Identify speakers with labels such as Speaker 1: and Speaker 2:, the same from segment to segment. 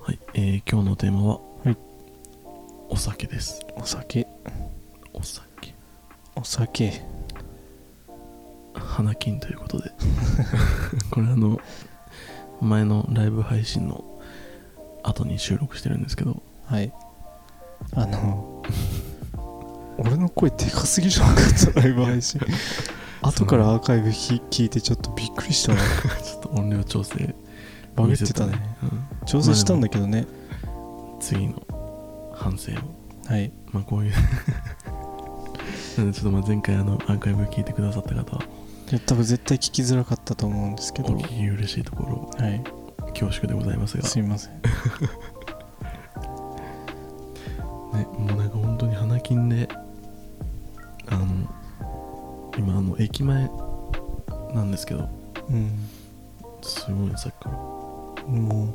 Speaker 1: はい、えー今日のテーマは、
Speaker 2: はい
Speaker 1: お酒です。
Speaker 2: お酒
Speaker 1: お酒。
Speaker 2: お酒
Speaker 1: 花金ということで。 これあの、前のライブ配信の後に収録してるんですけど、
Speaker 2: はいあの俺の声でかすぎじゃなかったライブ配 信後からアーカイブひ聞いてちょっとびっくりしたわ
Speaker 1: ちょっと音量調整、
Speaker 2: バグってたね
Speaker 1: う
Speaker 2: 調整したんだけどね、
Speaker 1: ん、次の反省を。
Speaker 2: はい
Speaker 1: まあこういう なんでちょっとまあ前回あのアーカイブ聞いてくださった方は、
Speaker 2: いや多分絶対聞きづらかったと思うんですけ
Speaker 1: お
Speaker 2: ど
Speaker 1: 聞き嬉しいところ、
Speaker 2: はい
Speaker 1: 恐縮でございますが、
Speaker 2: すいません
Speaker 1: ね、もうなんか本当に花金であの今あの駅前なんですけどすごいさっきから
Speaker 2: うんも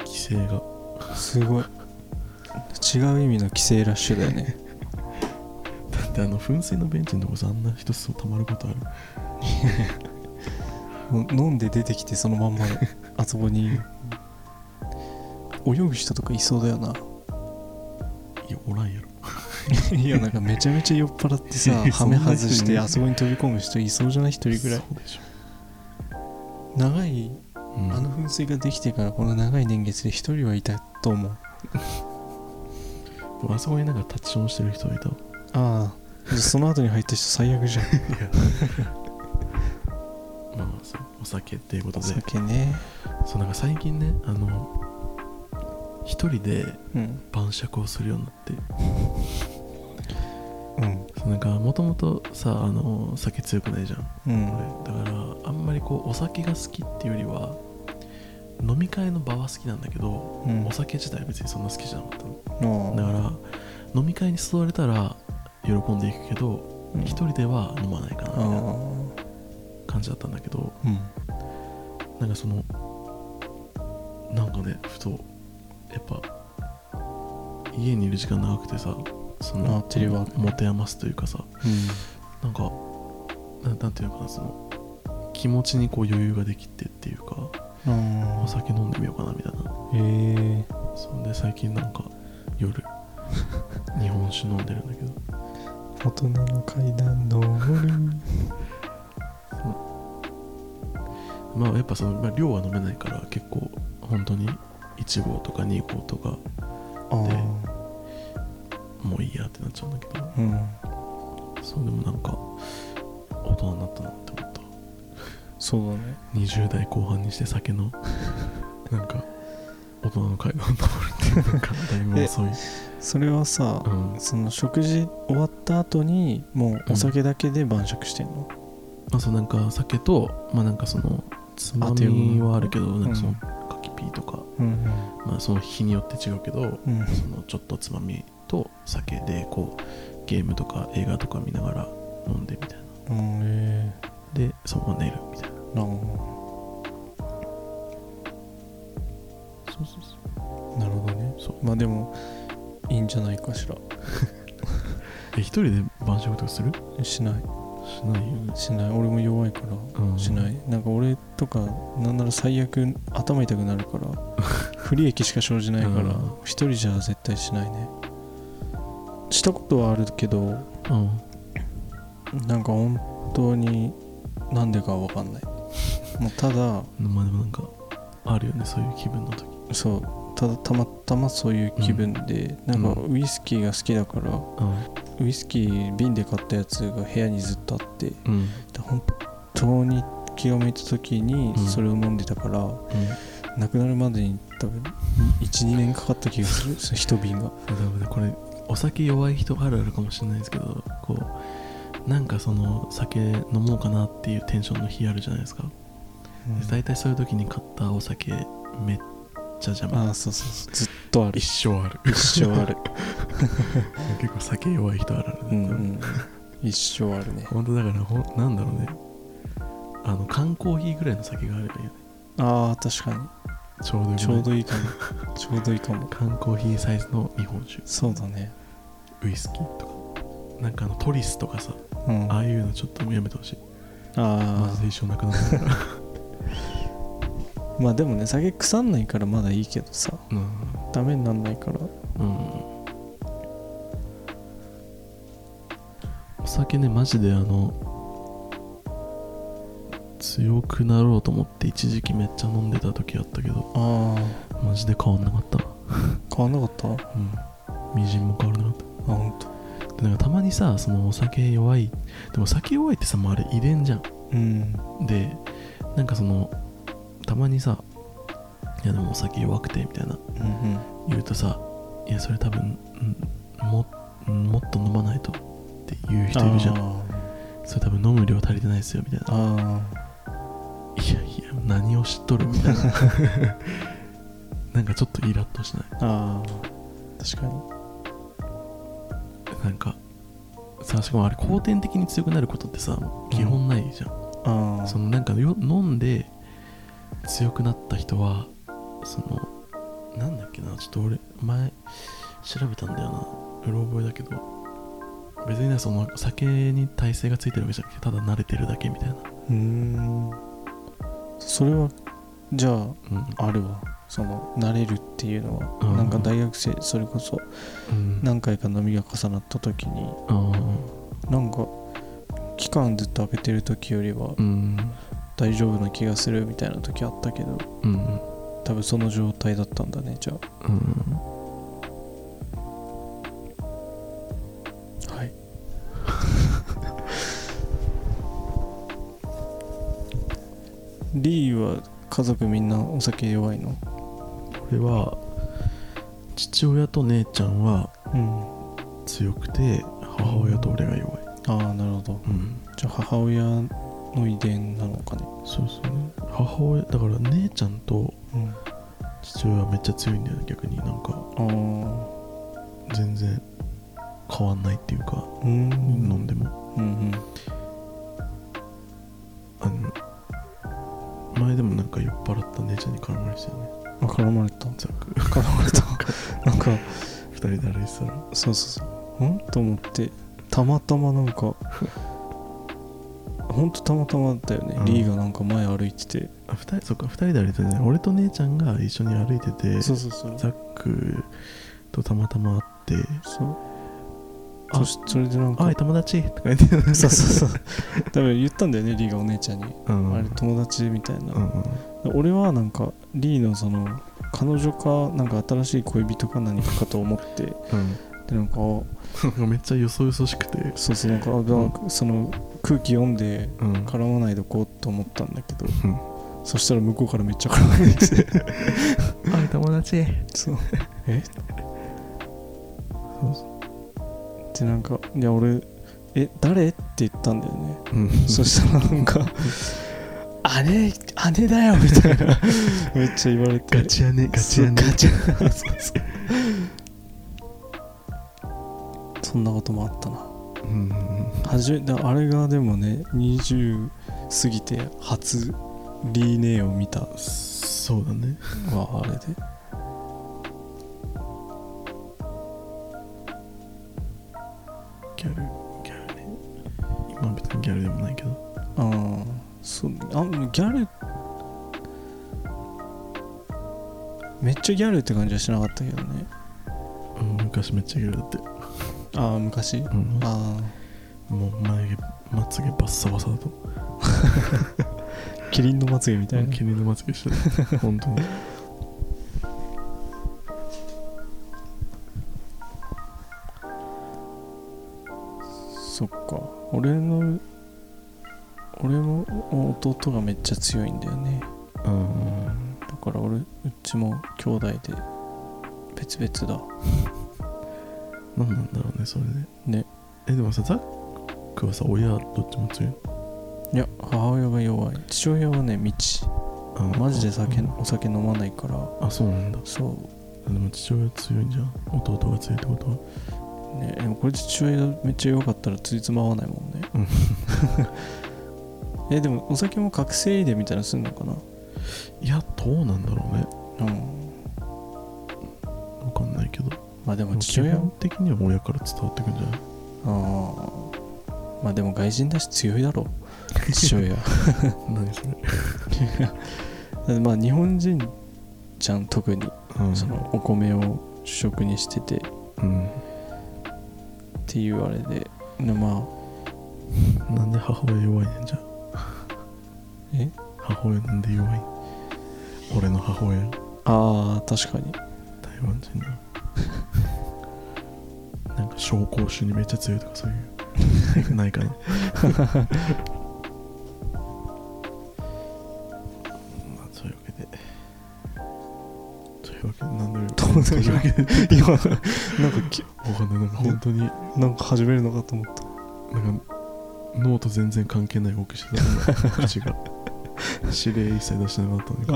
Speaker 1: 規制が
Speaker 2: うすごい違う意味の帰省ラッシュだよ ね
Speaker 1: だってあの噴水のベンチのとこさあんな人そうたまることある
Speaker 2: もう飲んで出てきてそのまんまあそこ に泳ぐ人とかいそうだよな
Speaker 1: いやおらんやろ
Speaker 2: いやなんかめちゃめちゃ酔っ払って さ
Speaker 1: そ
Speaker 2: は
Speaker 1: ん
Speaker 2: め
Speaker 1: な人
Speaker 2: 外し
Speaker 1: い
Speaker 2: て
Speaker 1: ない
Speaker 2: あそこに飛び込む人いそうじゃない一人ぐらい
Speaker 1: そうでし
Speaker 2: 長い
Speaker 1: ょ、うん、
Speaker 2: あの噴水ができてからこの長い年月で一人はいたと思う
Speaker 1: 僕あそこになんか立ちションしてる人がいたわ
Speaker 2: ああその後に入った人最悪じゃん
Speaker 1: まあまあそうお酒っていうこと
Speaker 2: お
Speaker 1: で
Speaker 2: 酒ね
Speaker 1: そうなんか最近ねあの一人で
Speaker 2: うん
Speaker 1: 晩酌をするようになって
Speaker 2: うん
Speaker 1: そうなんかもともとさあの酒強くないじゃん
Speaker 2: うん
Speaker 1: 俺だからあんまりこうお酒が好きっていうよりは飲み会の場は好きなんだけど、
Speaker 2: うん
Speaker 1: お酒自体は別にそんな好きじゃなかったのだか
Speaker 2: あ
Speaker 1: ら飲み会に誘われたら喜んでいくけど
Speaker 2: あ
Speaker 1: 一人では飲まないかな
Speaker 2: ああ
Speaker 1: みたいな感じだったんだけど
Speaker 2: うん
Speaker 1: なんかそのなんかねふとやっぱ家にいる時間長くてさそ
Speaker 2: あ
Speaker 1: の
Speaker 2: テレワーク
Speaker 1: 持て余すというかさなんかななんていうのかなその気持ちにこう余裕ができてっていうか
Speaker 2: うんあ
Speaker 1: お酒飲んでみようかなみたいな
Speaker 2: へえ
Speaker 1: そんで最近なんか夜 日本酒飲んでるんだけど
Speaker 2: 大人の階段登る
Speaker 1: まあやっぱその、まあ、量は飲めないから結構本当に1合とか2合とか
Speaker 2: ああ
Speaker 1: もういいやってなっちゃうんだけど
Speaker 2: うん
Speaker 1: そうでもなんか大人になったなって思った
Speaker 2: そうだね
Speaker 1: 20代後半にして酒 のなんか大人の会話を登るっていうなんかだいぶ 遅い、
Speaker 2: それはさ
Speaker 1: うん、
Speaker 2: その食事終わった後にもうお酒だけで晩酌してんの
Speaker 1: まあ、そうなんか酒とまあなんかそのつま
Speaker 2: あ手を
Speaker 1: みはあるけどなんかそうの
Speaker 2: ん
Speaker 1: カキピーとか、
Speaker 2: うん
Speaker 1: まあ、その日によって違うけど
Speaker 2: うんうん
Speaker 1: そのちょっとつまみと酒でこうゲームとか映画とか見ながら飲んでみたいな
Speaker 2: うんへえ
Speaker 1: でそのまま寝るみたいな
Speaker 2: ああ
Speaker 1: そうそうそ
Speaker 2: なるほどね
Speaker 1: うそう
Speaker 2: まあでもいいんじゃないかしら
Speaker 1: え一人で晩酌とかする
Speaker 2: しない
Speaker 1: しないよね
Speaker 2: しない俺も弱いから
Speaker 1: うん
Speaker 2: しないなんか俺とかなんなら最悪頭痛くなるから 不利益しか生じないか
Speaker 1: う
Speaker 2: ら
Speaker 1: ん
Speaker 2: 一人じゃ絶対しないねしたことはあるけど
Speaker 1: うん
Speaker 2: なんか本当になんでかは分かんないもうただ
Speaker 1: まあでもなんかあるよねそういう気分の時
Speaker 2: そうただたまたまそういう気分で、
Speaker 1: ん
Speaker 2: なんかウイスキーが好きだから
Speaker 1: うん
Speaker 2: ウイスキー瓶で買ったやつが部屋にずっとあってで
Speaker 1: うん
Speaker 2: 本当に気が向いた時に
Speaker 1: うん
Speaker 2: それを飲んでたから、亡くなるまでに多分12年かかった気 がするその一瓶が
Speaker 1: 多分ねこれお酒弱い人あるあるかもしれないですけどこうなんかその酒飲もうかなっていうテンションの日あるじゃないですか
Speaker 2: うん
Speaker 1: で大体そういう時に買ったお酒めっちゃ邪魔
Speaker 2: ああそうそうそうずっとある
Speaker 1: 一生ある
Speaker 2: 一生あ る
Speaker 1: 結構酒弱い人あるあるだ
Speaker 2: う
Speaker 1: ね
Speaker 2: ん、うん、一生あるね
Speaker 1: 本当だからほんなんだろうねあの缶コーヒーぐらいの酒があればいいよね
Speaker 2: ああ確か
Speaker 1: ちょうどい
Speaker 2: に
Speaker 1: い
Speaker 2: ちょうどいいかもちょうどいいかも
Speaker 1: 缶コーヒーサイズの日本酒
Speaker 2: そうだね
Speaker 1: ウイスキーとかなんかあのトリスとかさ
Speaker 2: うん
Speaker 1: あ
Speaker 2: あ
Speaker 1: あいうのちょっともうやめてほしいマ
Speaker 2: あ
Speaker 1: ジで一生なくなっ ちゃうから
Speaker 2: まあでもね酒腐んないからまだいいけどさ
Speaker 1: うん
Speaker 2: ダメになんないから
Speaker 1: うんお酒ねマジであの強くなろうと思って一時期めっちゃ飲んでた時あったけど
Speaker 2: ああ
Speaker 1: マジで変わんなかった
Speaker 2: 変わんなかったあ
Speaker 1: うんみじんも変わらなかっ
Speaker 2: 本当。
Speaker 1: たでなんかたまにさそのお酒弱いでも酒弱いってさもうあれ遺伝じゃ
Speaker 2: うん
Speaker 1: んでなんかそのたまにさ「いやでもお酒弱くて」みたいな
Speaker 2: うん
Speaker 1: 言うとさ「いやそれ多分んももっと飲まないと」って言う人いるじゃん
Speaker 2: あ
Speaker 1: それ多分飲む量足りてないですよみたいな
Speaker 2: あ
Speaker 1: いやいや何を知っとるみたいな なんかちょっとイラッとしない
Speaker 2: あああ確かに
Speaker 1: なんかさしかもあれ後天的に強くなることってさ基本ないじゃん、
Speaker 2: ああ
Speaker 1: そのなんかよ飲んで強くなった人はそのなんだっけなちょっと俺前調べたんだよなうろ覚えだけど別にねその酒に耐性がついてるわけじゃなくてただ慣れてるだけみたいな、
Speaker 2: うーんそれはじゃあ
Speaker 1: うん
Speaker 2: あるわその慣れるっていうのは、
Speaker 1: うん
Speaker 2: なんか大学生それこそ
Speaker 1: うん、
Speaker 2: 何回か飲みが重なった時に
Speaker 1: あ
Speaker 2: なんか期間ずっと開けてる時よりは
Speaker 1: ーうん
Speaker 2: 大丈夫な気がするみたいな時あったけど
Speaker 1: うん
Speaker 2: 多分その状態だったんだねじゃ
Speaker 1: うん
Speaker 2: あはいリーは家族みんなお酒弱いの
Speaker 1: 俺は父親と姉ちゃんは
Speaker 2: うん
Speaker 1: 強くて母親と俺が弱い、
Speaker 2: ああなるほど
Speaker 1: うん、
Speaker 2: じゃあ母親の遺伝なのかね
Speaker 1: そうそうね母親だから姉ちゃんと
Speaker 2: うん
Speaker 1: 父親はめっちゃ強いんだよね逆になんか
Speaker 2: あ
Speaker 1: 全然変わんないっていうか
Speaker 2: あうん
Speaker 1: 飲んでも
Speaker 2: うん
Speaker 1: あの前でもなんか酔っ払った姉ちゃんに絡まれてたよね
Speaker 2: うんあ絡まれた
Speaker 1: ザック
Speaker 2: 絡まれたなんか
Speaker 1: 二人で歩いてたら
Speaker 2: そうそうそううんと思ってたまたまなん かほんとたまたまだったよね、
Speaker 1: うん
Speaker 2: リーがなんか前歩いてて
Speaker 1: あ二人そっか二人で歩いてたね俺と姉ちゃんが一緒に歩いてて
Speaker 2: そうそうそう
Speaker 1: ザックとたまたま会って
Speaker 2: そう
Speaker 1: あ
Speaker 2: そしそれでな
Speaker 1: 「
Speaker 2: んか
Speaker 1: おい友達」とか言って
Speaker 2: そう そうそう 多分言ったんだよねリーがお姉ちゃんに、
Speaker 1: うん
Speaker 2: あれ友達みたいな、
Speaker 1: うんうん
Speaker 2: 俺はなんかリーのその彼女かなんか新しい恋人か何かかと思ってでなんかあ
Speaker 1: うんめっちゃよそよそしくて
Speaker 2: そうそうなんかあなんかその空気読んで
Speaker 1: うん
Speaker 2: 絡まないでおこうと思ったんだけど
Speaker 1: うん
Speaker 2: そしたら向こうからめっちゃ絡まれ てて
Speaker 1: おい友達
Speaker 2: そうえそうそうでなんか「いや俺え誰?」って言ったんだよね
Speaker 1: うん
Speaker 2: そしたらなん か「姉姉だよ」みたいな めっちゃ言われて
Speaker 1: ガチやねガチやね
Speaker 2: そうガチそうそうそんなこともあったな
Speaker 1: うんうん
Speaker 2: 初めだあれがでもね20過ぎて初リーネーを見た
Speaker 1: うんそうだね
Speaker 2: はあれで
Speaker 1: ギャルギャルね今別にギャルでもないけど
Speaker 2: ああそうあギャルめっちゃギャルって感じはしなかったけどね
Speaker 1: うん昔めっちゃギャルだって
Speaker 2: ああ昔
Speaker 1: うん
Speaker 2: あ
Speaker 1: もう眉毛まつげバッサバサだと
Speaker 2: あキリンのまつげみたいな
Speaker 1: 気に入まつげして た本当に
Speaker 2: そっか俺の俺の弟がめっちゃ強いんだよね
Speaker 1: うん
Speaker 2: だから俺うちも兄弟で別々だ
Speaker 1: 何なんだろうねそれね
Speaker 2: ね
Speaker 1: えでもさザックはさ親どっちも強いの
Speaker 2: いや母親が弱い父親はね道
Speaker 1: あ
Speaker 2: マジで酒
Speaker 1: あ
Speaker 2: お酒飲まないから
Speaker 1: あそうなんだ
Speaker 2: そ
Speaker 1: でも父親強いんじゃん弟が強いってことは
Speaker 2: うねでもこれ父親がめっちゃ弱かったらついつま合わないもんね
Speaker 1: うん
Speaker 2: えでもお酒も覚醒遺伝みたいなのすんのかない
Speaker 1: やどうなんだろうね
Speaker 2: うん
Speaker 1: わかんないけど
Speaker 2: まあでも
Speaker 1: 基
Speaker 2: 父親
Speaker 1: 本的には親から伝わってくんじゃない
Speaker 2: ああまあでも外人だし強いだろ父親
Speaker 1: 何それ、
Speaker 2: まあ日本人じゃん特に
Speaker 1: うん、
Speaker 2: そのお米を主食にしててっ
Speaker 1: うん
Speaker 2: ていうあれででま
Speaker 1: なんで母親弱いねんじゃん
Speaker 2: え
Speaker 1: 母親なんで弱い俺の母親
Speaker 2: ああー確かに
Speaker 1: 台湾人だ なんか紹興酒にめっちゃ強いとかそういう ないかなまあそういうわけでというわけでなんだろう
Speaker 2: どういうわけ
Speaker 1: で
Speaker 2: 今なんかき
Speaker 1: わかんないなんか本当に
Speaker 2: なんか始めるのかと思った
Speaker 1: なんか脳と全然関係ない動きしてたから 口が指令一切出してなかったのにい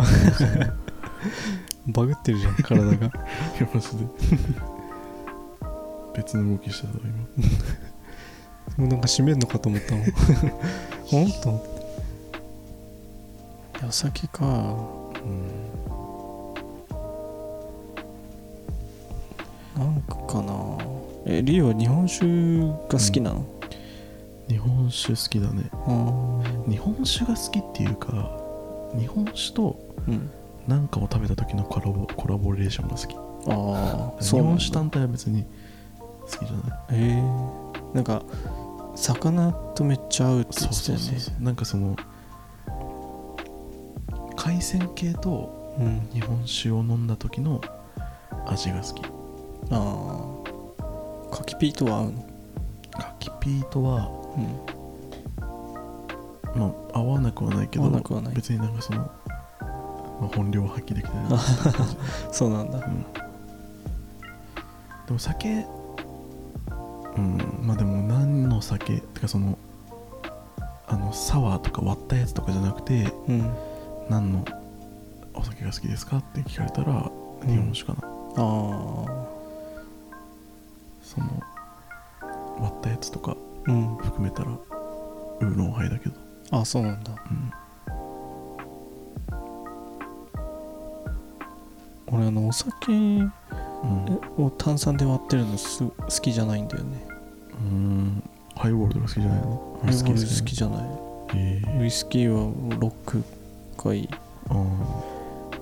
Speaker 1: や
Speaker 2: バグってるじゃん体
Speaker 1: マ
Speaker 2: が
Speaker 1: ジで 別の動きしてたわ今
Speaker 2: もうなんか閉めんのかと思 ったもんほんと思っていやお酒か
Speaker 1: うん
Speaker 2: なんかかなえリオは日本酒が好きなの、
Speaker 1: 日本酒好きだね
Speaker 2: ああ
Speaker 1: 日本酒が好きっていうか日本酒と
Speaker 2: うん
Speaker 1: 何かを食べた時のコラボコラボレーションが好き
Speaker 2: ああ
Speaker 1: 日
Speaker 2: そうなん
Speaker 1: 本
Speaker 2: だ
Speaker 1: 酒単体は別に好きじゃない
Speaker 2: へえなんか魚とめっちゃ合うって
Speaker 1: そ
Speaker 2: 言
Speaker 1: う
Speaker 2: ってた
Speaker 1: そう
Speaker 2: よ
Speaker 1: そう
Speaker 2: ね
Speaker 1: そうなんかその海鮮系と
Speaker 2: うん
Speaker 1: 日本酒を飲んだ時の味が好き
Speaker 2: ああカキピーとは合うの
Speaker 1: カキピーとは
Speaker 2: うん
Speaker 1: まあ合わなくはないけ
Speaker 2: 合わな
Speaker 1: ど
Speaker 2: くはない
Speaker 1: 別になんかその、まあ、本領を発揮できてない
Speaker 2: そうなんだ
Speaker 1: うんでも酒うんまあでも何の酒てかそのあのサワーとか割ったやつとかじゃなくて
Speaker 2: うんあ
Speaker 1: 何のお酒が好きですかって聞かれたら
Speaker 2: うん
Speaker 1: 日本酒かな、
Speaker 2: あ
Speaker 1: その割ったやつとか
Speaker 2: うん
Speaker 1: 含めたらウーロンハイだけど
Speaker 2: あそうなんだ
Speaker 1: うん
Speaker 2: 俺あのお酒
Speaker 1: うん
Speaker 2: を炭酸で割ってるのす好きじゃないんだよね
Speaker 1: うんハイボールとか好きじゃないのウイスキー
Speaker 2: 俺
Speaker 1: 好
Speaker 2: 好き
Speaker 1: き
Speaker 2: じゃない
Speaker 1: じゃないえ
Speaker 2: ウイスキーはロックがいい
Speaker 1: ー、あ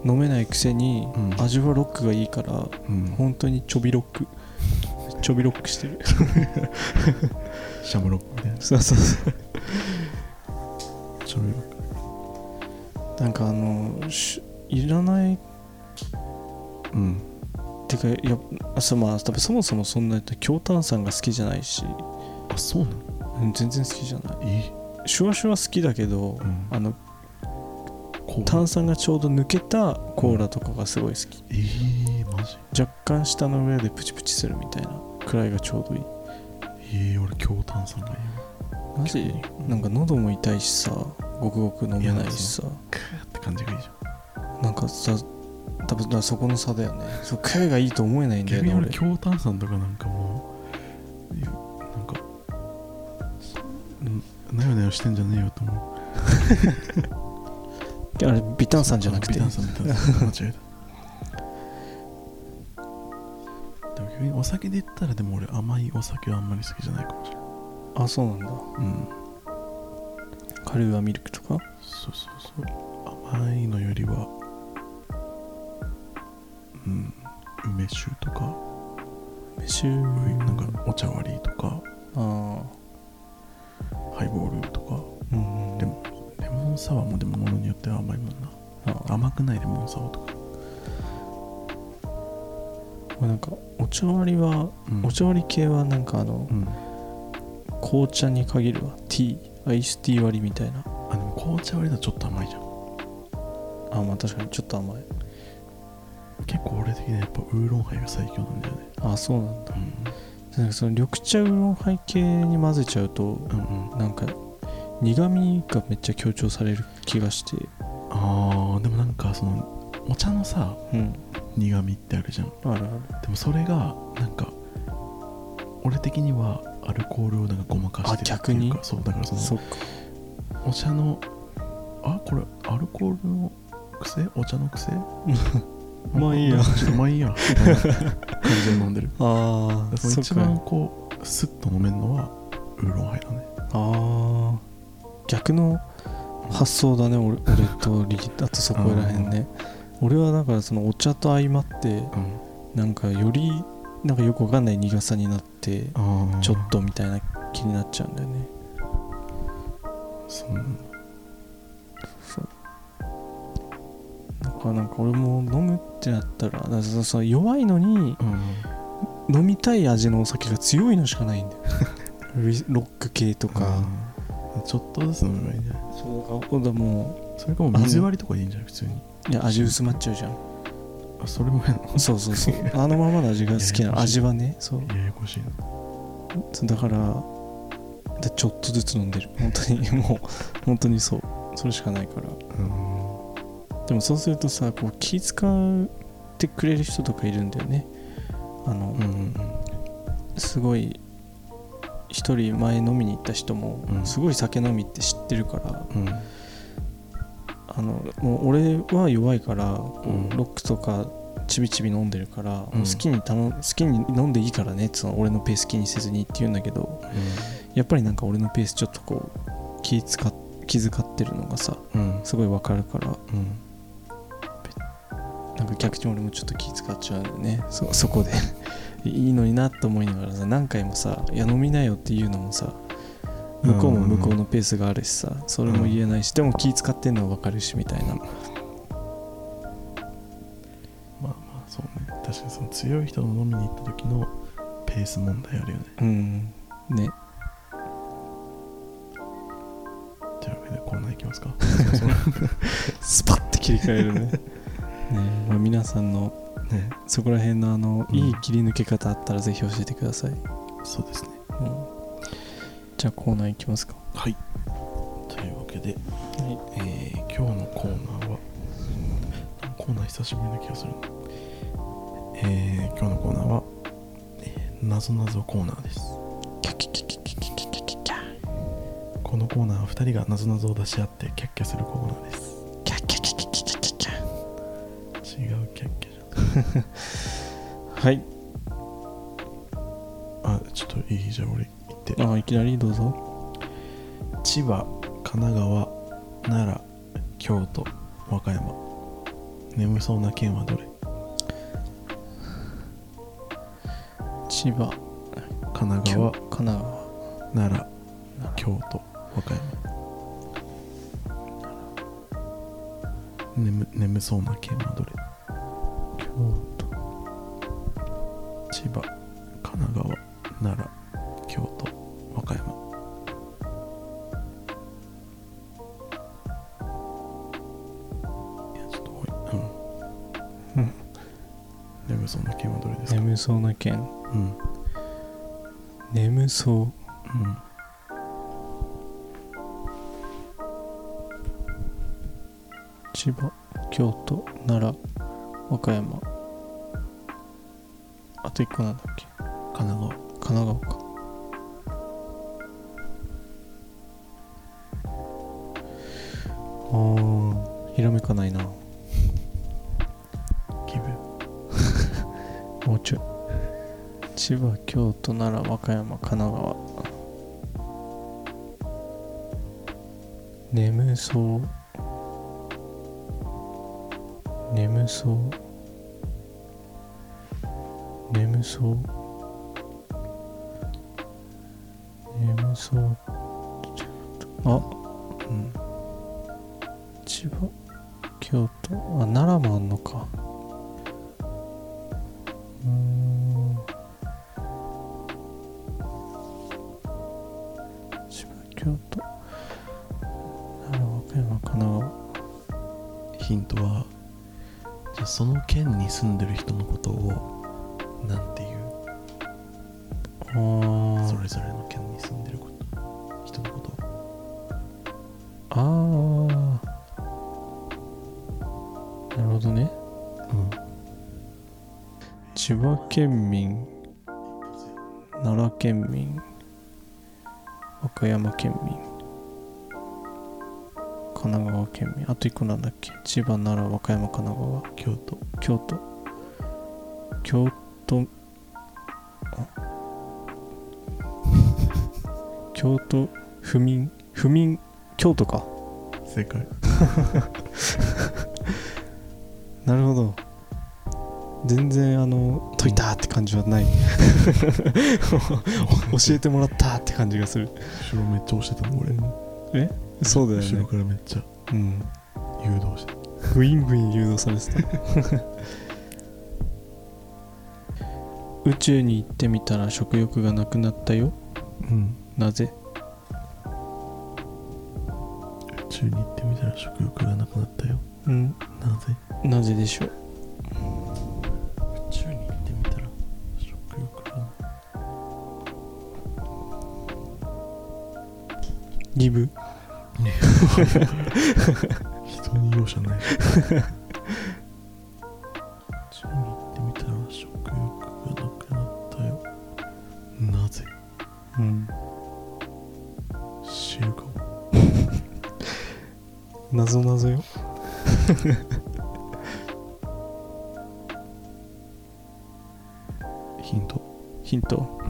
Speaker 2: 飲めないくせに
Speaker 1: うん
Speaker 2: 味はロックがいいから
Speaker 1: ーうん
Speaker 2: 本当にちょびロックちょびロックしてる
Speaker 1: シャムロックみたいな
Speaker 2: そうそうそう
Speaker 1: シャムロック
Speaker 2: なんかあのしいらないっ
Speaker 1: うん
Speaker 2: てかいやあそうまあ多分そもそもそんな強炭酸が好きじゃないし
Speaker 1: あそうなの
Speaker 2: うん全然好きじゃない
Speaker 1: え
Speaker 2: シュワシュワ好きだけど、
Speaker 1: ん
Speaker 2: あの
Speaker 1: こう
Speaker 2: 炭酸がちょうど抜けたコーラとかがすごい好き
Speaker 1: えー、マジ
Speaker 2: 若干下の上でプチプチするみたいなくらいがちょうどいい
Speaker 1: えー、俺強炭酸がいい
Speaker 2: マジ
Speaker 1: うん
Speaker 2: なんか喉も痛いしさごくごく飲めないしさ
Speaker 1: クーって感じがいいじゃん
Speaker 2: なんかさ多分だからそこの差だよねそうクーがいいと思えないんだよ
Speaker 1: 逆
Speaker 2: ね
Speaker 1: に俺
Speaker 2: 俺
Speaker 1: 強炭酸とかなんかもういやなんかうんなよなよしてんじゃねえよと思う
Speaker 2: あれ微炭酸じゃなくて
Speaker 1: ビタンさんみたいな間違えたでも逆にお酒で言ったらでも俺甘いお酒はあんまり好きじゃないかもしれない
Speaker 2: あそうなんだ
Speaker 1: うん
Speaker 2: カルーアミルクとか
Speaker 1: そうそうそう甘いのよりはうん梅酒とか
Speaker 2: 飯
Speaker 1: なんかお茶割りとか
Speaker 2: あ
Speaker 1: ハイボールとか
Speaker 2: あうん
Speaker 1: でもレモンサワーもでもものによっては甘いもんな
Speaker 2: あ
Speaker 1: 甘くないレモンサワーとか、
Speaker 2: まあなんかお茶割りは
Speaker 1: うん
Speaker 2: お茶割り系はなんかあの
Speaker 1: うん
Speaker 2: 紅茶に限るわティーアイスティー割りみたいな
Speaker 1: あでも紅茶割りだとちょっと甘いじゃん
Speaker 2: あまあ確かにちょっと甘い
Speaker 1: 結構俺的にはやっぱウーロンハイが最強なんだよね
Speaker 2: あそうなんだなんかその緑茶ウーロンハイ系に混ぜちゃうと
Speaker 1: うんうん
Speaker 2: なんか苦味がめっちゃ強調される気がして
Speaker 1: あーでもなんかそのお茶のさ
Speaker 2: うん
Speaker 1: 苦味ってあるじゃん
Speaker 2: あるある
Speaker 1: でもそれがなんか俺的にはアルコールをなんかごまかしてるっていう
Speaker 2: あ逆
Speaker 1: かそうだからその
Speaker 2: そっか
Speaker 1: お茶のあこれアルコールの癖お茶の癖
Speaker 2: まあいいや
Speaker 1: なんかちょっと まあい いやみたいな感じで飲んでる
Speaker 2: あ
Speaker 1: だから
Speaker 2: そ
Speaker 1: その
Speaker 2: っ
Speaker 1: 一
Speaker 2: か
Speaker 1: 番こうスッと飲めるのはウーロンハイだね
Speaker 2: あー逆の発想だね 俺俺とリキあとそこらへんね俺はだからそのお茶と相まって
Speaker 1: うん
Speaker 2: なんかよりなんかよくわかんない苦さになって
Speaker 1: あー
Speaker 2: ちょっとみたいな気になっちゃうんだよね
Speaker 1: そうなんだ
Speaker 2: そうだからなんか俺も飲むってなったらだからそその弱いのに
Speaker 1: うん
Speaker 2: 飲みたい味のお酒が強いのしかないん だよウィロック系とか
Speaker 1: うんちょっとずつ飲めばいいんじゃない
Speaker 2: そうだからも
Speaker 1: それかもう水割りとかでいいんじゃない普通に
Speaker 2: ういや味薄まっちゃうじゃん
Speaker 1: あそれもやな
Speaker 2: そうそ うそうあのままの味が好きな
Speaker 1: いや
Speaker 2: の
Speaker 1: いや
Speaker 2: 味はねそう
Speaker 1: ややこしいな
Speaker 2: だからでちょっとずつ飲んでる本当にもう本当にそうそれしかないから
Speaker 1: うん
Speaker 2: でもそうするとさこう気遣ってくれる人とかいるんだよねあの、
Speaker 1: うんうん
Speaker 2: すごい一人前飲みに行った人も、
Speaker 1: うん
Speaker 2: すごい酒飲みって知ってるから
Speaker 1: うん
Speaker 2: あのもう俺は弱いから、こう
Speaker 1: うん
Speaker 2: ロックとかちびちび飲んでるから、
Speaker 1: うん
Speaker 2: もう好きに頼む好きに飲んでいいからねってその俺のペース気にせずにって言うんだけどやっぱりなんか俺のペースちょっとこう気使っ気遣ってるのがさ
Speaker 1: うん
Speaker 2: すごいわかるから
Speaker 1: うん
Speaker 2: なんか逆に俺もちょっと気使っちゃうよねそそこでいいのになと思いながらさ何回もさ「いや飲みなよ」っていうのもさ向こうも向こうのペースがあるしさそれも言えないしでも気使ってんのは分かるしみたい
Speaker 1: ま
Speaker 2: な
Speaker 1: あまあそうね確かにその強い人の飲みに行った時のペース問題あるよね
Speaker 2: うんね
Speaker 1: というわけでコーナーいきますか
Speaker 2: スパッて切り替えるねね、まあ、皆さんの
Speaker 1: ね
Speaker 2: そこら辺のあの
Speaker 1: うん
Speaker 2: いい切り抜け方あったらぜひ教えてください、うん
Speaker 1: そうですね
Speaker 2: じゃあコーナーいきますか
Speaker 1: はいというわけで、
Speaker 2: は
Speaker 1: えー今日のコーナーはコーナー久しぶりな気がするなえー今日のコーナーは、えー、なぞなぞコーナーです
Speaker 2: キャキャキャキャキャキャキャキャキャ
Speaker 1: このコーナーは2人がなぞなぞを出し合ってキャッキャするコーナーです
Speaker 2: キャキャキャキャキャキャキャ
Speaker 1: 違うキャッキャじ
Speaker 2: はい
Speaker 1: ゃんあちょっといいじゃあ俺行って
Speaker 2: あいきなりどうぞ
Speaker 1: 千葉神奈川奈良京都和歌山眠そうな県はどれ
Speaker 2: 千葉
Speaker 1: 神奈
Speaker 2: 今
Speaker 1: 川
Speaker 2: 日神奈川
Speaker 1: 奈良
Speaker 2: 奈
Speaker 1: 京都和歌山眠眠そうな県はどれ
Speaker 2: 京都
Speaker 1: 千葉神奈川奈良京都和歌山いやちょっと多いうん、
Speaker 2: うん、
Speaker 1: 眠そうな県はどれですか、
Speaker 2: 眠そうな県
Speaker 1: うん
Speaker 2: 眠そう
Speaker 1: うん
Speaker 2: 千葉京都奈良和歌山あと一個なんだっけ
Speaker 1: 神奈
Speaker 2: 神奈川かあーひらめかないな
Speaker 1: 川気分
Speaker 2: もうちょい千葉京都奈良和歌山神奈川眠そう眠そう眠そう眠そうあ
Speaker 1: うん
Speaker 2: 千葉京都あ奈良もあんのかうーん千葉京都奈良和歌山神奈川
Speaker 1: ヒントはじゃあその県に住んでる人のことをなんていう
Speaker 2: あ
Speaker 1: そ
Speaker 2: ー
Speaker 1: れぞれの県に住んでること人のことを
Speaker 2: ああなるほどね
Speaker 1: うん
Speaker 2: 千葉県民奈良県民和歌山県民神奈川県民あと1個なんだっけ千葉奈良和歌山神奈川
Speaker 1: 京都
Speaker 2: 京都京都あ 京都不眠不眠京都か
Speaker 1: 正解
Speaker 2: なるほど全然あの解いたって感じは ない教えてもらったって感じがする
Speaker 1: 後ろめっちゃ押してたもん俺
Speaker 2: えそうだよ
Speaker 1: 後ろ
Speaker 2: ね
Speaker 1: からめっちゃ
Speaker 2: うん
Speaker 1: 誘導してた
Speaker 2: グイングイン誘導されてた 宇宙に行ってみたら食欲がなくなったよ
Speaker 1: うん
Speaker 2: なぜ
Speaker 1: 宇宙に行ってみたら食欲がなくなったよ
Speaker 2: うん
Speaker 1: なぜ
Speaker 2: なぜでしょう
Speaker 1: 宇宙に行ってみたら食欲がな
Speaker 2: ギブ
Speaker 1: 人に容赦ない宇宙に行ってみたら食欲がなくなったよなぜ
Speaker 2: うん
Speaker 1: 知るかも
Speaker 2: なぞなぞよ
Speaker 1: ヒント、
Speaker 2: ヒント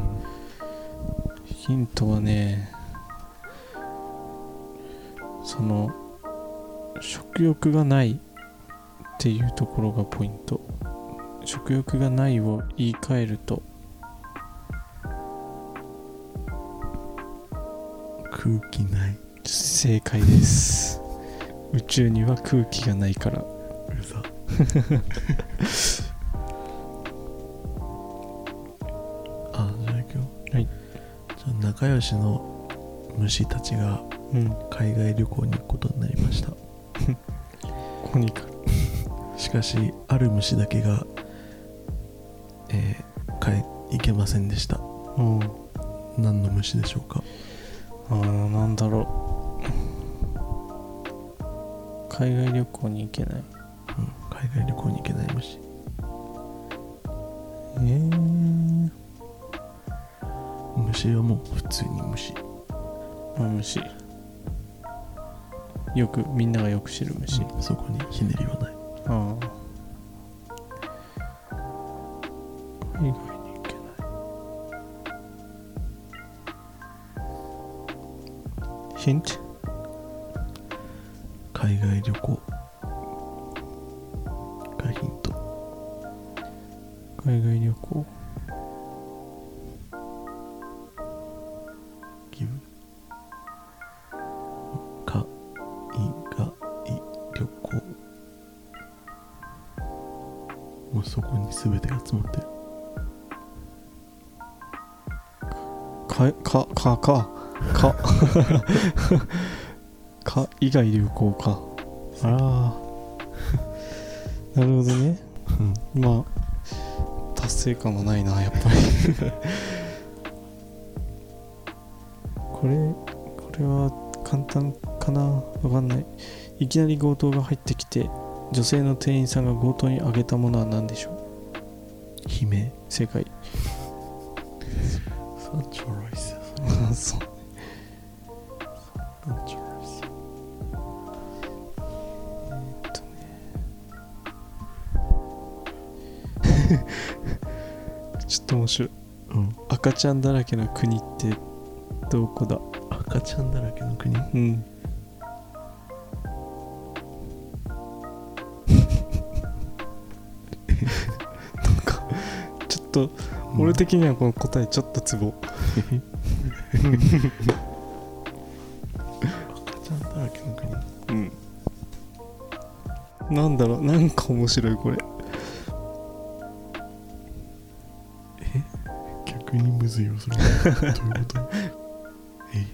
Speaker 2: ヒントはねその食欲がないっていうところがポイント食欲がないを言い換えると
Speaker 1: 空気ない
Speaker 2: 正解です宇宙には空気がないから
Speaker 1: うざ あじゃあ今日
Speaker 2: はい
Speaker 1: じゃあ仲良しの虫たちが
Speaker 2: うん
Speaker 1: 海外旅行に行くことになりました
Speaker 2: コニカ
Speaker 1: しかしある虫だけがえー、かい行けませんでした
Speaker 2: うん
Speaker 1: 何の虫でしょうか
Speaker 2: あーなんだろう海外旅行に行けな
Speaker 1: う
Speaker 2: い
Speaker 1: ん海外旅行に行けない虫
Speaker 2: えー、
Speaker 1: 虫はもう普通に虫
Speaker 2: あ虫よくみんながよく知る虫、
Speaker 1: うんそこにひねりはない
Speaker 2: ああ海外に行けないヒント
Speaker 1: 海外旅行がヒント
Speaker 2: 海外旅行
Speaker 1: ギブかいがい旅行もうそこに全てが詰まってる
Speaker 2: かかか かかか以外流行かあ あなるほどねまあ達成感はないなやっぱりこれこれは簡単かなわかんないいきなり強盗が入ってきて女性の店員さんが強盗にあげたものは何でしょう
Speaker 1: 悲鳴
Speaker 2: 正解
Speaker 1: サンチョロイス
Speaker 2: そう
Speaker 1: サンチョロイス
Speaker 2: ちょっと面白い
Speaker 1: うん
Speaker 2: 赤ちゃんだらけの国ってどこだ
Speaker 1: 赤ちゃんだらけの国
Speaker 2: うんなんかちょっと俺的にはこの答えちょっとツボ
Speaker 1: 赤ちゃんだらけの国
Speaker 2: うんなんだろうなんか面白いこれ
Speaker 1: 逆にむずいよそれ どういうことえ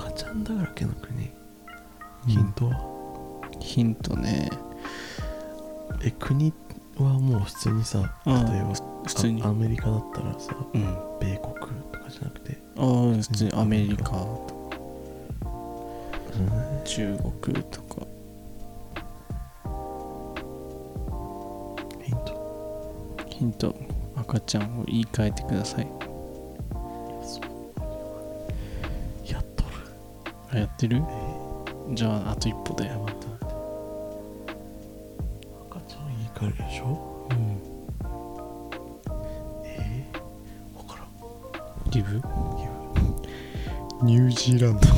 Speaker 1: 赤ちゃんだらけの国ヒントは、
Speaker 2: ヒントね
Speaker 1: え国はもう普通にさ例え
Speaker 2: うん
Speaker 1: ば
Speaker 2: 普通に
Speaker 1: あアメリカだったらさ
Speaker 2: うんあ
Speaker 1: 米国とかじゃなくて
Speaker 2: あー普通にアメリカと
Speaker 1: うん
Speaker 2: か中国とか
Speaker 1: ヒント
Speaker 2: ヒント赤ちゃんを言い換えてください
Speaker 1: やっとる
Speaker 2: あやってるじゃああと一歩だよま
Speaker 1: 赤ちゃんいいからでしょ
Speaker 2: たうん
Speaker 1: えー、分からん
Speaker 2: ギブ
Speaker 1: ギ
Speaker 2: ニュージ ーランド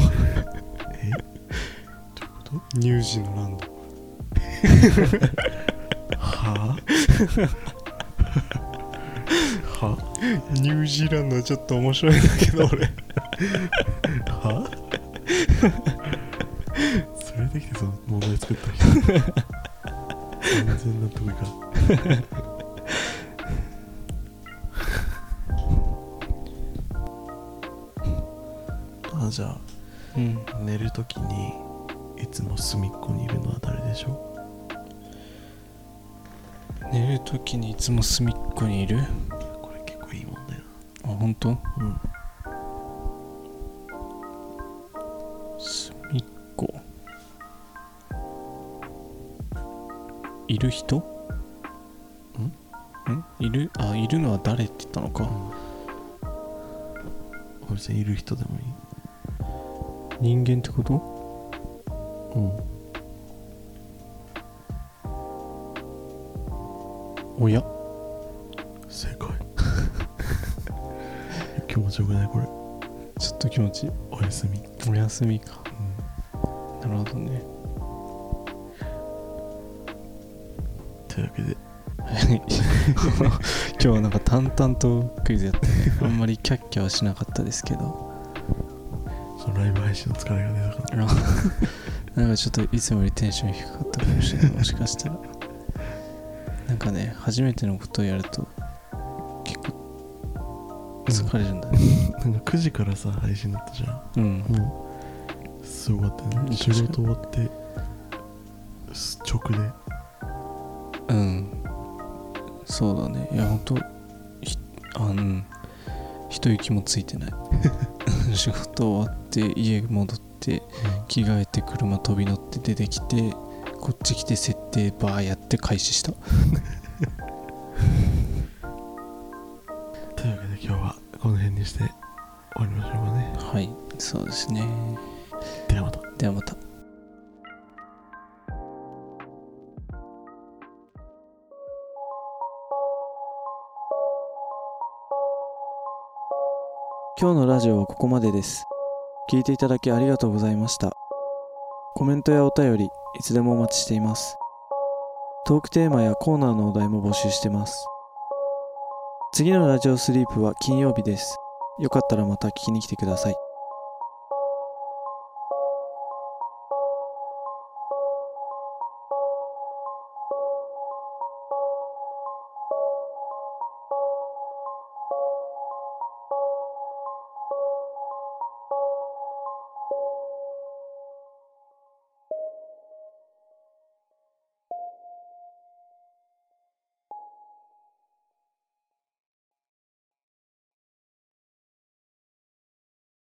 Speaker 1: えどういうこと
Speaker 2: ニュージーのランド
Speaker 1: はあは
Speaker 2: ニュージーランドはちょっと面白いんだけど俺
Speaker 1: は連れてきてその問題作った人全然納得いかんあじゃ
Speaker 2: うん
Speaker 1: あ寝るときにいつも隅っこにいるのは誰でしょ
Speaker 2: 寝るときにいつも隅っこにいる
Speaker 1: うこれ結構いい問題な
Speaker 2: あ本当
Speaker 1: うん
Speaker 2: 隅っこいる人んいるあいるのは誰って言ったのか、
Speaker 1: 俺別にいる人でもいい
Speaker 2: 人間ってこと
Speaker 1: うん
Speaker 2: 親
Speaker 1: 正解 気持ちよくないこれ
Speaker 2: ちょっと気持ちいい
Speaker 1: おやすみ
Speaker 2: お休みか
Speaker 1: うん
Speaker 2: なるほどね
Speaker 1: というわけで
Speaker 2: はい 今日はなんか淡々とクイズやってねあんまりキャッキャはしなかったですけど
Speaker 1: そのライブ配信の疲れが出たか
Speaker 2: あのなんかちょっといつもよりテンション低かったかもし れないもしかしたらなんかね初めてのことをやると結構疲れるんだね
Speaker 1: らなんか9時からさ配信だったじゃ
Speaker 2: うん
Speaker 1: んもうすごかったよ
Speaker 2: うん
Speaker 1: ね仕事終わってす直で
Speaker 2: うんそうだねいやほんとひあの一息もつい てない仕事終わって家戻って着替えて車飛び乗って出てきてこっち来て設定バーやって開始した
Speaker 1: というわけで今日はこの辺にして終わりましょうかね
Speaker 2: はいそうですね
Speaker 1: ではまた
Speaker 2: ではまた今日のラジオはここまでです聞いていただきありがとうございましたコメントやお便りいつでもお待ちしていますトークテーマやコーナーのお題も募集してます次のラジオスリープは金曜日ですよかったらまた聞きに来てください